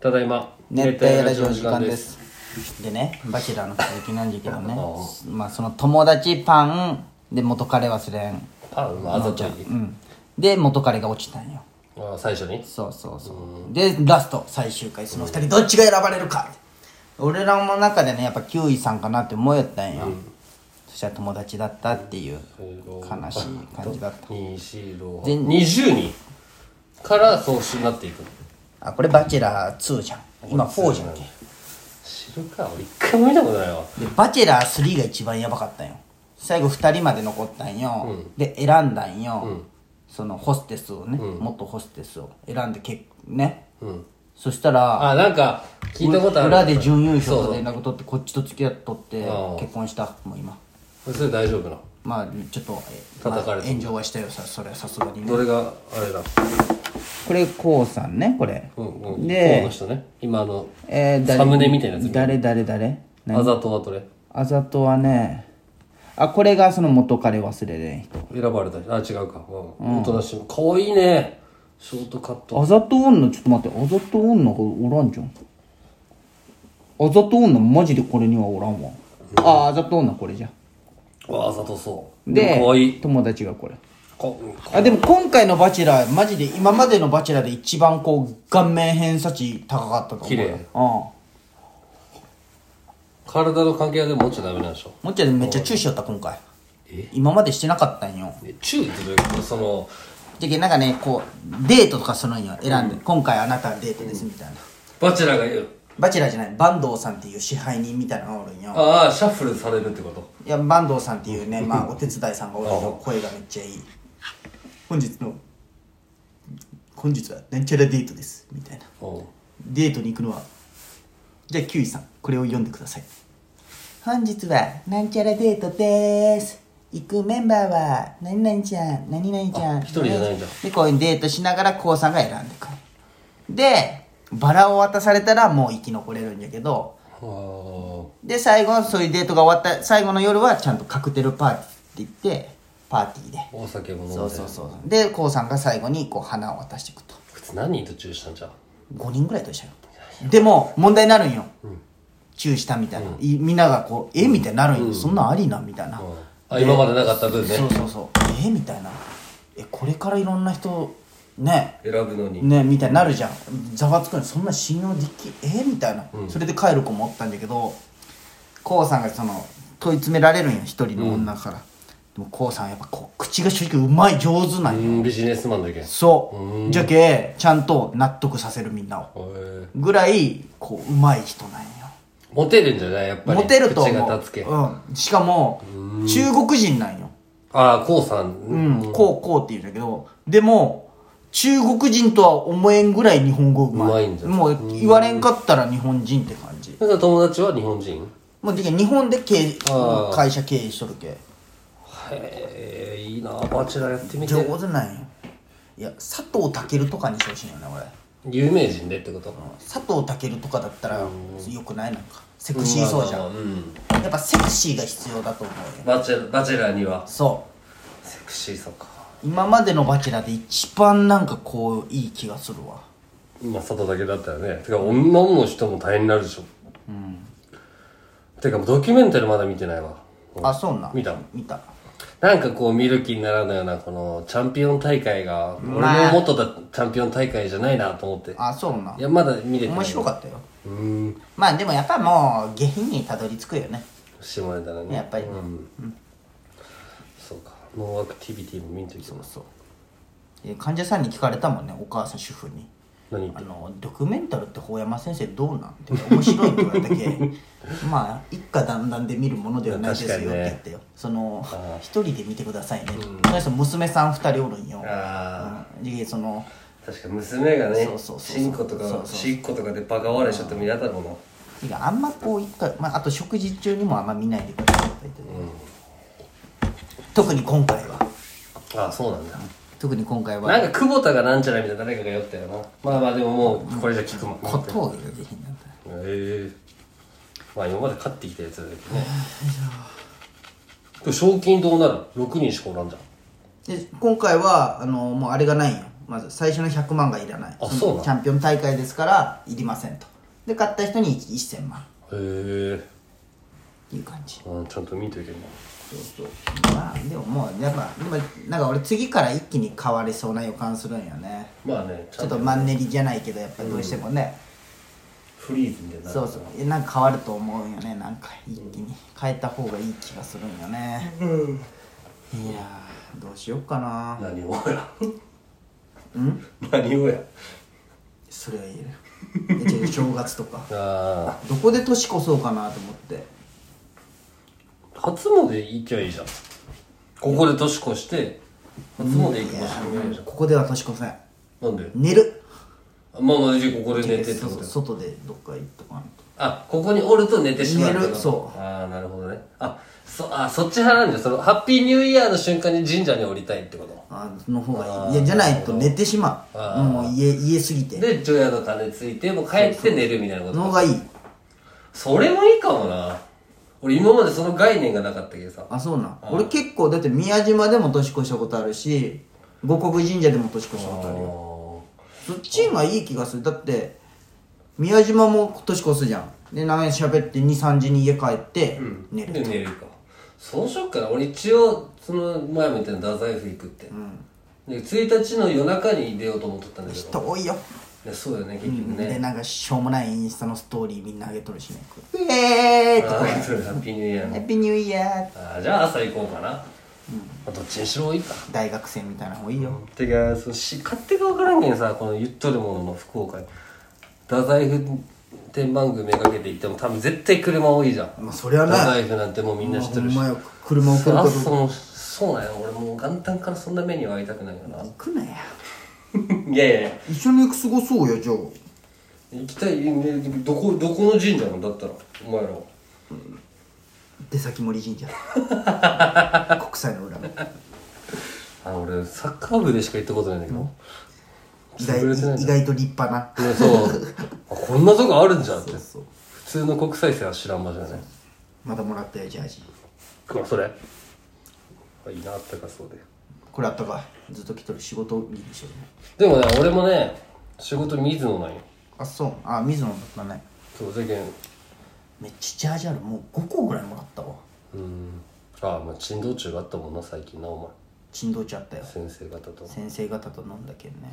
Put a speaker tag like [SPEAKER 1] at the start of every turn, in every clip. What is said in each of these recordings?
[SPEAKER 1] ただいま
[SPEAKER 2] 熱帯ラジオの時間ですでねバキラの鈴木なんだけどねまあその友達パンで元彼忘れん
[SPEAKER 1] あまああざちゃん
[SPEAKER 2] うんで元彼が落ちたんよ
[SPEAKER 1] あ最初に
[SPEAKER 2] そうそうそうでラスト最終回その二人どっちが選ばれるか俺らの中でねやっぱ9位さんかなって思いよったんよ、そしたら友達だったっていう悲しい感じだった
[SPEAKER 1] 245
[SPEAKER 2] 全
[SPEAKER 1] 20人から総集になっていくの
[SPEAKER 2] あこれバチェラー2じゃん今4じゃんけで
[SPEAKER 1] 知るか俺一回も見たことないわ
[SPEAKER 2] バチェラー3が一番やばかったんよ最後2人まで残ったんよ、で選んだんよ、そのホステスをね、元ホステスを選んで結ね、そしたら
[SPEAKER 1] あなんか聞いたことある
[SPEAKER 2] 裏で準優勝と連絡取ってこっちと付き合っとって
[SPEAKER 1] ああ
[SPEAKER 2] 結婚したもう今
[SPEAKER 1] それ大丈夫な
[SPEAKER 2] まあちょっとえ
[SPEAKER 1] 叩かれ
[SPEAKER 2] まあ
[SPEAKER 1] て
[SPEAKER 2] 炎上はしたよさそれはさすがにね
[SPEAKER 1] どれがあれだ
[SPEAKER 2] これこうさんねこれ、
[SPEAKER 1] うんうんこうの
[SPEAKER 2] で、
[SPEAKER 1] 人ね今の
[SPEAKER 2] えー、誰
[SPEAKER 1] サムネみたいなやつ
[SPEAKER 2] 誰誰誰な
[SPEAKER 1] あざとはどれ
[SPEAKER 2] あざとはねあこれがその元彼忘れれん人
[SPEAKER 1] 選ばれた人あ違うかうんおとなしいかわいいねショートカット
[SPEAKER 2] あざと女ちょっと待ってあざと女がおらんじゃんあざと女マジでこれにはおらんわああざと女これじゃ
[SPEAKER 1] わあざとそうか
[SPEAKER 2] で
[SPEAKER 1] わいい
[SPEAKER 2] 友達がこれ
[SPEAKER 1] こ
[SPEAKER 2] あでも今回の「バチェラー」マジで今までの「バチェラー」で一番こう顔面偏差値高かったと思う
[SPEAKER 1] 綺麗
[SPEAKER 2] うんも
[SPEAKER 1] 体の関係はでも落ちちゃダメなんでしょ
[SPEAKER 2] っちゃんめっちゃ注意しよった今回今までしてなかったんよ
[SPEAKER 1] ね注意ってどういうことその
[SPEAKER 2] じゃけなんかねこうデートとかするんよ選んで、今回あなたはデートですみたいな、
[SPEAKER 1] バチェラーが言う
[SPEAKER 2] バチェラーじゃない坂東さんっていう支配人みたいなのがおるんよ
[SPEAKER 1] ああシャッフルされるってこと
[SPEAKER 2] いや坂東さんってい うね、まあ、お手伝いさんがおるんよ声がめっちゃいい本日の本日はなんちゃらデートですみたいな
[SPEAKER 1] おう
[SPEAKER 2] デートに行くのはじゃあキュウイさんこれを読んでください本日はなんちゃらデートでーす行くメンバーは何々ちゃん何々ちゃん
[SPEAKER 1] あ一人じゃないんだ
[SPEAKER 2] でこういうデートしながらこうさんが選んでくるでバラを渡されたらもう生き残れるんやけど
[SPEAKER 1] あ
[SPEAKER 2] で最後そういうデートが終わった最後の夜はちゃんとカクテルパーティーって言ってパーティーで
[SPEAKER 1] あお酒も飲んで
[SPEAKER 2] そうそうそうでこうさんが最後にこう花を渡していくと
[SPEAKER 1] 普通何人と注意したんじゃん
[SPEAKER 2] 5人ぐらいと一緒よでも問題になるんよ、チューしたみたいな、いみんながこうえみたいになるんよ、そんなんありなんみたいな、
[SPEAKER 1] あ今までなかった分ね
[SPEAKER 2] そうそうそうえみたいなえこれからいろんな人ね
[SPEAKER 1] 選ぶのに
[SPEAKER 2] ねみたいになるじゃんざわつくのそんな信用できえみたいな、それで帰る子もおったんだけどこうさんがその問い詰められるんよ一人の女から、でもこうさんやっぱこう口が正直うまい上手なん
[SPEAKER 1] う
[SPEAKER 2] よ、
[SPEAKER 1] んビジネスマンだけんへ
[SPEAKER 2] そうじゃけちゃんと納得させるみんなを
[SPEAKER 1] え
[SPEAKER 2] ぐらいこううまい人なんよ
[SPEAKER 1] モテるんじゃないやっぱり
[SPEAKER 2] モテると
[SPEAKER 1] 口
[SPEAKER 2] 思
[SPEAKER 1] が
[SPEAKER 2] う
[SPEAKER 1] 立つけ、あ
[SPEAKER 2] うん、しかも中国人なんよ、
[SPEAKER 1] あこうさんう
[SPEAKER 2] うんんこうこうって言うんだけどでも中国人とは思えんぐらい日本語うまいう
[SPEAKER 1] まいんだ
[SPEAKER 2] もう言われんかったら日本人って感じ
[SPEAKER 1] そしたら友達は日本人
[SPEAKER 2] もうで日本で経営
[SPEAKER 1] あー
[SPEAKER 2] 会社経営しとるけ
[SPEAKER 1] へえいいなバチェラーやってみて
[SPEAKER 2] 上手なんよいや佐藤健とかにしてほしいよね俺
[SPEAKER 1] 有名人でってこと
[SPEAKER 2] 佐藤健とかだったらよくないなんかセクシーそうじゃ
[SPEAKER 1] まあ
[SPEAKER 2] ん
[SPEAKER 1] まあうん
[SPEAKER 2] やっぱセクシーが必要だと思うよ
[SPEAKER 1] バチェラーバチェラーには
[SPEAKER 2] そう
[SPEAKER 1] セクシーさか
[SPEAKER 2] 今までの「バチェラー」で一番なんかこういい気がするわ
[SPEAKER 1] 今佐藤だけだったらねてか女の人も大変になるでしょうんてかもうドキュメンタリーまだ見てないわ
[SPEAKER 2] あそうなん
[SPEAKER 1] 見た
[SPEAKER 2] 見た
[SPEAKER 1] なんかこう見る気にならないようなこのチャンピオン大会が俺
[SPEAKER 2] まあ
[SPEAKER 1] の元だチャンピオン大会じゃないなと思って
[SPEAKER 2] あそうなん
[SPEAKER 1] いやまだ見れてない
[SPEAKER 2] 面白かったよ
[SPEAKER 1] うーん
[SPEAKER 2] まあでもやっぱもう下品にたどり着くよね
[SPEAKER 1] 下ネタだね
[SPEAKER 2] やっぱりね
[SPEAKER 1] うんそうかノーアクティビティも見んときそうそう
[SPEAKER 2] え患者さんに聞かれたもんねお母さん主婦に
[SPEAKER 1] 何言っ
[SPEAKER 2] あ
[SPEAKER 1] て
[SPEAKER 2] のドキュメンタルって法山先生どうなんって面白いって言われたけ まあ一家団らんで見るものではないですよって言ってよ、その一人で見てくださいね、その人娘さん二人おるんよ
[SPEAKER 1] あ
[SPEAKER 2] うんでその
[SPEAKER 1] 確か娘がね
[SPEAKER 2] そうそうそうそう
[SPEAKER 1] チンコと
[SPEAKER 2] そうそ
[SPEAKER 1] か
[SPEAKER 2] う
[SPEAKER 1] シっことかでバカ笑いしちゃっても嫌だろうな
[SPEAKER 2] てかあんまこう一回、まあ、あと食事中にもあんま見ないでくださいって言ってて、特に今回は
[SPEAKER 1] ああそうなんだ
[SPEAKER 2] 特に今回
[SPEAKER 1] な
[SPEAKER 2] は
[SPEAKER 1] んか久保田がなんちゃらみたいな誰かが酔ったよなまあまあでももうこれじゃ聞くもん
[SPEAKER 2] 小
[SPEAKER 1] へ
[SPEAKER 2] 峠が下品なんだ
[SPEAKER 1] えまあ今まで勝ってきたやつだけどねでも賞金どうなる ?6 人しかおらんじゃん
[SPEAKER 2] で今回はあのもうあれがないんよまず最初の100万がいらない
[SPEAKER 1] あ
[SPEAKER 2] の
[SPEAKER 1] そうなん
[SPEAKER 2] チャンピオン大会ですからいりませんとで買った人に1000万っ
[SPEAKER 1] え
[SPEAKER 2] ていう感じ
[SPEAKER 1] あちゃんと見といても
[SPEAKER 2] そうそうまあでももうやっぱ今なんか俺次から一気に変わりそうな予感するんよね
[SPEAKER 1] まあねち
[SPEAKER 2] ちょっとマンネリじゃないけどやっぱどうしてもね、
[SPEAKER 1] フリーズみたいになる
[SPEAKER 2] そうそうえなんか変わると思うよねなんか一気に変えた方がいい気がするんよね、いやーどうしようかな
[SPEAKER 1] 何をや
[SPEAKER 2] ん
[SPEAKER 1] 何をや
[SPEAKER 2] それは言えるいや違う正月とか
[SPEAKER 1] あ
[SPEAKER 2] どこで年越そうかなと思って
[SPEAKER 1] あ初詣行きゃいいじゃんここで年越して初詣行く場所もないじゃん
[SPEAKER 2] ここでは年越せん
[SPEAKER 1] なんで
[SPEAKER 2] 寝る
[SPEAKER 1] まあまあじゃあここで寝てって
[SPEAKER 2] そ
[SPEAKER 1] こ
[SPEAKER 2] うそ
[SPEAKER 1] と
[SPEAKER 2] う
[SPEAKER 1] や
[SPEAKER 2] 外でどっか行っとかんと
[SPEAKER 1] あここにおると寝てしまうってこと
[SPEAKER 2] 寝るそう
[SPEAKER 1] ああなるほどねあそあそっち派なんじゃんそのハッピーニューイヤーの瞬間に神社に降りたいってこと
[SPEAKER 2] あの方が
[SPEAKER 1] あ
[SPEAKER 2] い
[SPEAKER 1] ー
[SPEAKER 2] いいやじゃないと寝てしま
[SPEAKER 1] あ
[SPEAKER 2] う
[SPEAKER 1] ー
[SPEAKER 2] もう家家すぎて
[SPEAKER 1] で除夜の鐘ついてもう帰って寝るみたいなこと
[SPEAKER 2] の方がいい
[SPEAKER 1] それもいいかもな俺今までその概念がなかったけどさ
[SPEAKER 2] あそうなん俺結構だって宮島でも年越したことあるし五穀神社でも年越したことあるよそっちがいい気がするだって宮島も年越すじゃんで長い喋って23時に家帰って寝る、
[SPEAKER 1] で寝るかそうしよっかな俺一応その前も言ったように太宰府行くって、で1日の夜中に出ようと思っとったんだけど
[SPEAKER 2] 人多いよ、
[SPEAKER 1] いやそうだよね結局
[SPEAKER 2] で
[SPEAKER 1] ね、
[SPEAKER 2] なんかしょうもないインスタのストーリーみんな上げとるしね「ウェーイ!」
[SPEAKER 1] あ
[SPEAKER 2] と
[SPEAKER 1] あ
[SPEAKER 2] か
[SPEAKER 1] ーそれハッピーニューイヤ
[SPEAKER 2] 「
[SPEAKER 1] ー
[SPEAKER 2] ハ
[SPEAKER 1] の
[SPEAKER 2] ッピーニューイヤー
[SPEAKER 1] あーじゃあ朝行こうかな、まあどっちにしろいいか」
[SPEAKER 2] 大学生みたいな方がいいよ
[SPEAKER 1] てかそのし勝手が分からんけんさこの言っとるものの福岡に太宰府天満宮めがけて行っても多分絶対車多いじゃん、
[SPEAKER 2] まあそりゃね
[SPEAKER 1] 太宰府なんてもうみんな知ってるし、
[SPEAKER 2] まよ車を送る
[SPEAKER 1] あ
[SPEAKER 2] こと
[SPEAKER 1] そのそうなんや俺もう元旦からそんな目には遭いたくないよな
[SPEAKER 2] 行くなや
[SPEAKER 1] いやいやいや
[SPEAKER 2] 一緒に過ごそうよじゃあ
[SPEAKER 1] 行きたいねどこどこの神社なんだったらお前らは
[SPEAKER 2] 出先 森神社国際の裏の
[SPEAKER 1] あの俺サッカー部でしか行ったことないんだけど、
[SPEAKER 2] 意
[SPEAKER 1] 潰れてない
[SPEAKER 2] 外
[SPEAKER 1] ん
[SPEAKER 2] 意
[SPEAKER 1] だ
[SPEAKER 2] 外と立派な
[SPEAKER 1] ねそうあこんなとこあるんじゃんって
[SPEAKER 2] そう
[SPEAKER 1] 普通の国際生は知らん場所だね
[SPEAKER 2] またもらったよジャージ
[SPEAKER 1] まあそれあいいなあったかそうで
[SPEAKER 2] これあったかいずっと着とる仕事着でしょ
[SPEAKER 1] でもね俺もね仕事水野なんよ
[SPEAKER 2] あそうあ水野だったね
[SPEAKER 1] そう世間
[SPEAKER 2] めっちゃジャージあるもう5個ぐらいもらったわ
[SPEAKER 1] うんああまあ珍道中があったもんな最近なお
[SPEAKER 2] 珍道中あったよ
[SPEAKER 1] 前先生方と
[SPEAKER 2] 先生方と飲んだけどね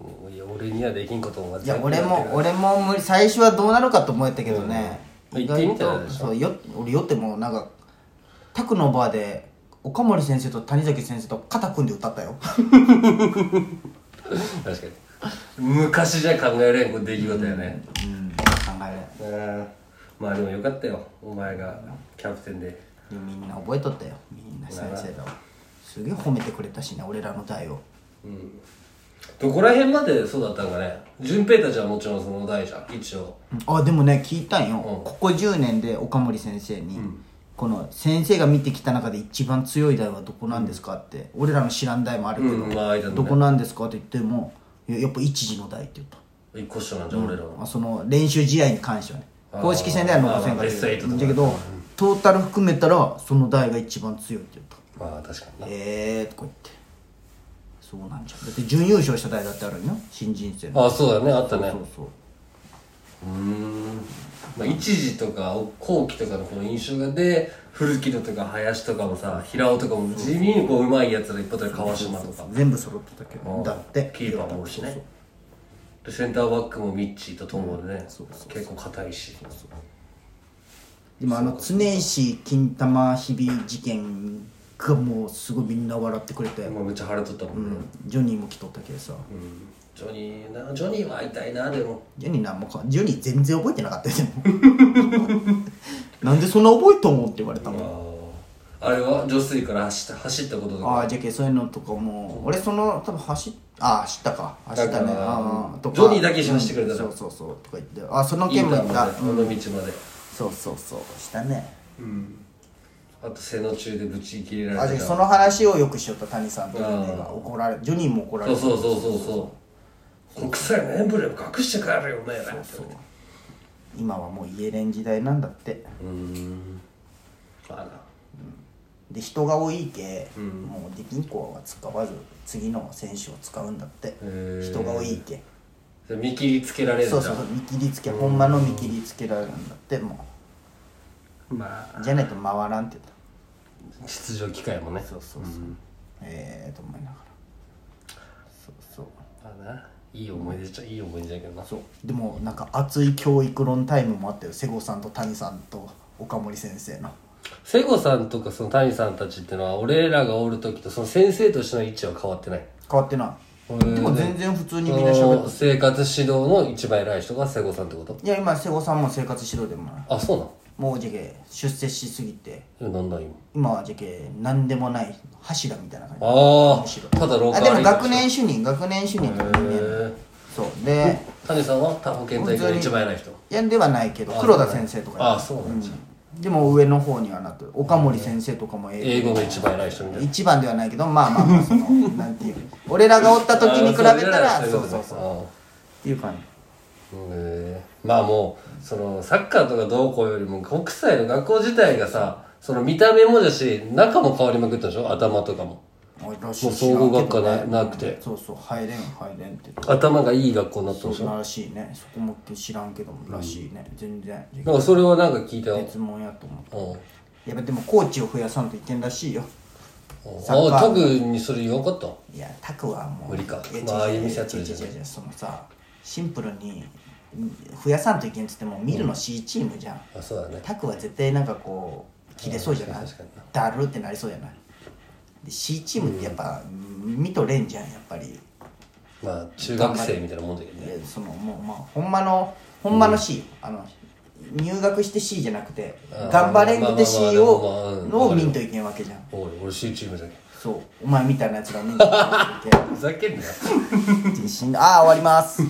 [SPEAKER 1] もういや俺にはできんことも
[SPEAKER 2] いや俺も俺も無理最初はどうなるかと思えたけどね、
[SPEAKER 1] うん
[SPEAKER 2] 意外
[SPEAKER 1] 行ってみた
[SPEAKER 2] と
[SPEAKER 1] らでしょ
[SPEAKER 2] そうよ俺酔ってもなんかタクのバーで岡森先生と谷崎先生と肩組んで歌っ たよ
[SPEAKER 1] 確かに昔じゃ考えれんこう出来事やね
[SPEAKER 2] うん考え
[SPEAKER 1] うんまあでもよかったよお前がキャプテンで
[SPEAKER 2] れみんな覚えとったよみんな先生らをすげえ褒めてくれたしね俺らの代を
[SPEAKER 1] うんどこら辺までそうだったんかね順平たちはもちろんその代じゃん一応
[SPEAKER 2] あでもね聞いたんよ、
[SPEAKER 1] うん
[SPEAKER 2] ここ10年で岡森先生に、この先生が見てきた中で一番強い代はどこなんですかって、俺らの知らん代もあるけど、
[SPEAKER 1] うんまあ間のね
[SPEAKER 2] どこなんですかって言ってもいややっぱ一時の代って言った
[SPEAKER 1] 一個下なんじゃん俺らは
[SPEAKER 2] まあ、その練習試合に関してはね
[SPEAKER 1] あー
[SPEAKER 2] 公式戦では残せんか
[SPEAKER 1] まあまあベスト
[SPEAKER 2] ら
[SPEAKER 1] 8とか
[SPEAKER 2] だけどトータル含めたらその代が一番強いって言った
[SPEAKER 1] まあ確かにな
[SPEAKER 2] ええー、とか言ってそうなんじゃんだって準優勝した代だってあるんよ新人生の
[SPEAKER 1] ああそうだねあったね
[SPEAKER 2] そうそう
[SPEAKER 1] うーんまあ一時とか後期とかのこの印象がで古木戸とか林とかもさ平尾とかも地味にこううまいやつらいっぱいいたり川島とか
[SPEAKER 2] 全部揃ってたけ
[SPEAKER 1] う
[SPEAKER 2] ど
[SPEAKER 1] ん
[SPEAKER 2] だって
[SPEAKER 1] キーパーもおるしねでセンターバックもミッチーとトモでね、結構硬いし
[SPEAKER 2] 今あの常石金玉ひび事件がもうすごいみんな笑ってくれて、
[SPEAKER 1] 今めっちゃ晴れとったもんね、
[SPEAKER 2] ジョニーも来とったけどさ、
[SPEAKER 1] ジョニーなジョニーは会いたいなでも
[SPEAKER 2] ジョニーなんもかジョニー全然覚えてなかったよでも なんでそんな覚えと思うって言われたもん、
[SPEAKER 1] あれは女水から走った走ったことと
[SPEAKER 2] あ
[SPEAKER 1] か
[SPEAKER 2] あじゃけそういうのとかも俺その多分走っああ走ったか走った
[SPEAKER 1] だか
[SPEAKER 2] ね
[SPEAKER 1] ら
[SPEAKER 2] ああとか
[SPEAKER 1] ジョニーだけ走らせてくれた
[SPEAKER 2] そ
[SPEAKER 1] の
[SPEAKER 2] うそうそうとか言ってあその
[SPEAKER 1] インタ
[SPEAKER 2] 件も
[SPEAKER 1] ー
[SPEAKER 2] 言った、う
[SPEAKER 1] も
[SPEAKER 2] ん
[SPEAKER 1] ねこの道まで、
[SPEAKER 2] そうそうそうしたね
[SPEAKER 1] あと背の中でぶち切れら
[SPEAKER 2] あ
[SPEAKER 1] れ
[SPEAKER 2] じゃ
[SPEAKER 1] て
[SPEAKER 2] け
[SPEAKER 1] た
[SPEAKER 2] その話をよくしよった谷さんとジョニー
[SPEAKER 1] あ
[SPEAKER 2] が
[SPEAKER 1] あ
[SPEAKER 2] 怒られジョニーも怒られ
[SPEAKER 1] そう
[SPEAKER 2] た
[SPEAKER 1] そうそうそうそう国際のエンブレム隠して帰るよお前らって
[SPEAKER 2] そう今はもう家連時代なんだって
[SPEAKER 1] うーんまあな
[SPEAKER 2] で人が多いけ、
[SPEAKER 1] うん
[SPEAKER 2] もうディピンコは使わず次の選手を使うんだって
[SPEAKER 1] へー
[SPEAKER 2] 人が多いけ
[SPEAKER 1] それ見切りつけられるん
[SPEAKER 2] そ
[SPEAKER 1] だ
[SPEAKER 2] うそうそう見切りつけほんまの見切りつけられるんだっても
[SPEAKER 1] まあ
[SPEAKER 2] うじゃないと回らんって言った
[SPEAKER 1] 出場機会もねそうそうそう、ん
[SPEAKER 2] ええと思いながらそうそう
[SPEAKER 1] まあないい思い出じゃいい思い出だけどなそう
[SPEAKER 2] でもなんか熱い教育論タイムもあったよ瀬古さんと谷さんと岡森先生の
[SPEAKER 1] 瀬古さんとかその谷さんたちってのは俺らがおる時とその先生としての位置は変わってない
[SPEAKER 2] 変わってないでも全然普通にみんな
[SPEAKER 1] そ
[SPEAKER 2] 喋っ
[SPEAKER 1] の生活指導の一番偉い人が瀬古さんってこと
[SPEAKER 2] ていや今瀬古さんも生活指導でもない
[SPEAKER 1] あそうなの
[SPEAKER 2] もうじゃけ出世しすぎて
[SPEAKER 1] えなんだ今
[SPEAKER 2] 今はじゃけ何でもない柱みたいな感じ
[SPEAKER 1] あ
[SPEAKER 2] むしろ
[SPEAKER 1] あただ廊下
[SPEAKER 2] あでも
[SPEAKER 1] 歩いてる人
[SPEAKER 2] 学年主任学年主任とか
[SPEAKER 1] へ
[SPEAKER 2] ね
[SPEAKER 1] ー
[SPEAKER 2] そうで
[SPEAKER 1] 谷さんは他保健体育の一番偉い人
[SPEAKER 2] いやではないけど黒田先生とか
[SPEAKER 1] あそうなんだ
[SPEAKER 2] でも上の方にはなってる岡森先生とかも英
[SPEAKER 1] 英語の一番偉い人みたいな
[SPEAKER 2] 一番ではないけどまあまあまあそのな んていう俺らがおった時に比べた
[SPEAKER 1] あ
[SPEAKER 2] ら
[SPEAKER 1] ー
[SPEAKER 2] そう
[SPEAKER 1] そ
[SPEAKER 2] そ
[SPEAKER 1] いうこ
[SPEAKER 2] うう
[SPEAKER 1] と
[SPEAKER 2] そ
[SPEAKER 1] ね
[SPEAKER 2] うっていう感じ
[SPEAKER 1] あーへーまあもうそのサッカーとかどうこうよりも国際の学校自体がさその見た目もだし中も変わりまくったでしょ頭とかも
[SPEAKER 2] もう
[SPEAKER 1] もう総合学科ななくて
[SPEAKER 2] そうそう入れん入れんって
[SPEAKER 1] 頭がいい学校になったでし
[SPEAKER 2] そう
[SPEAKER 1] ょ
[SPEAKER 2] らしいねそこも知らんけどもらしいね全然
[SPEAKER 1] なんかそれはなんか聞いたよ
[SPEAKER 2] 別物やと思
[SPEAKER 1] うん
[SPEAKER 2] うやっぱでもコーチを増やさんといけんらしいよサッカ
[SPEAKER 1] あ
[SPEAKER 2] ー
[SPEAKER 1] 特にそれ言わんかった
[SPEAKER 2] いやタクはもう
[SPEAKER 1] 無理か
[SPEAKER 2] いや
[SPEAKER 1] まああ
[SPEAKER 2] 違う
[SPEAKER 1] あいう店やってる
[SPEAKER 2] 違う
[SPEAKER 1] じゃん
[SPEAKER 2] 違う違うそのさシンプルに増やさんといけんっつっても見るの C チームじゃん、
[SPEAKER 1] あそうだね
[SPEAKER 2] タクは絶対なんかこう切れそうじゃない
[SPEAKER 1] 確かに
[SPEAKER 2] だるってなりそうじゃないで C チームってやっぱ、見とれんじゃんやっぱり
[SPEAKER 1] まあ中学生みたいなもんだけどね
[SPEAKER 2] でそのもうまあほんまのほんまの C、あの入学して C じゃなくて
[SPEAKER 1] あー
[SPEAKER 2] 頑張れんくて C
[SPEAKER 1] まあまあまあまあ
[SPEAKER 2] を
[SPEAKER 1] うん
[SPEAKER 2] のを見んといけんわけじゃん
[SPEAKER 1] おい俺 C チームだけ
[SPEAKER 2] そうお前みたいなやつが見んといけんわけ
[SPEAKER 1] ふざけんなよ
[SPEAKER 2] 自信ああ終わります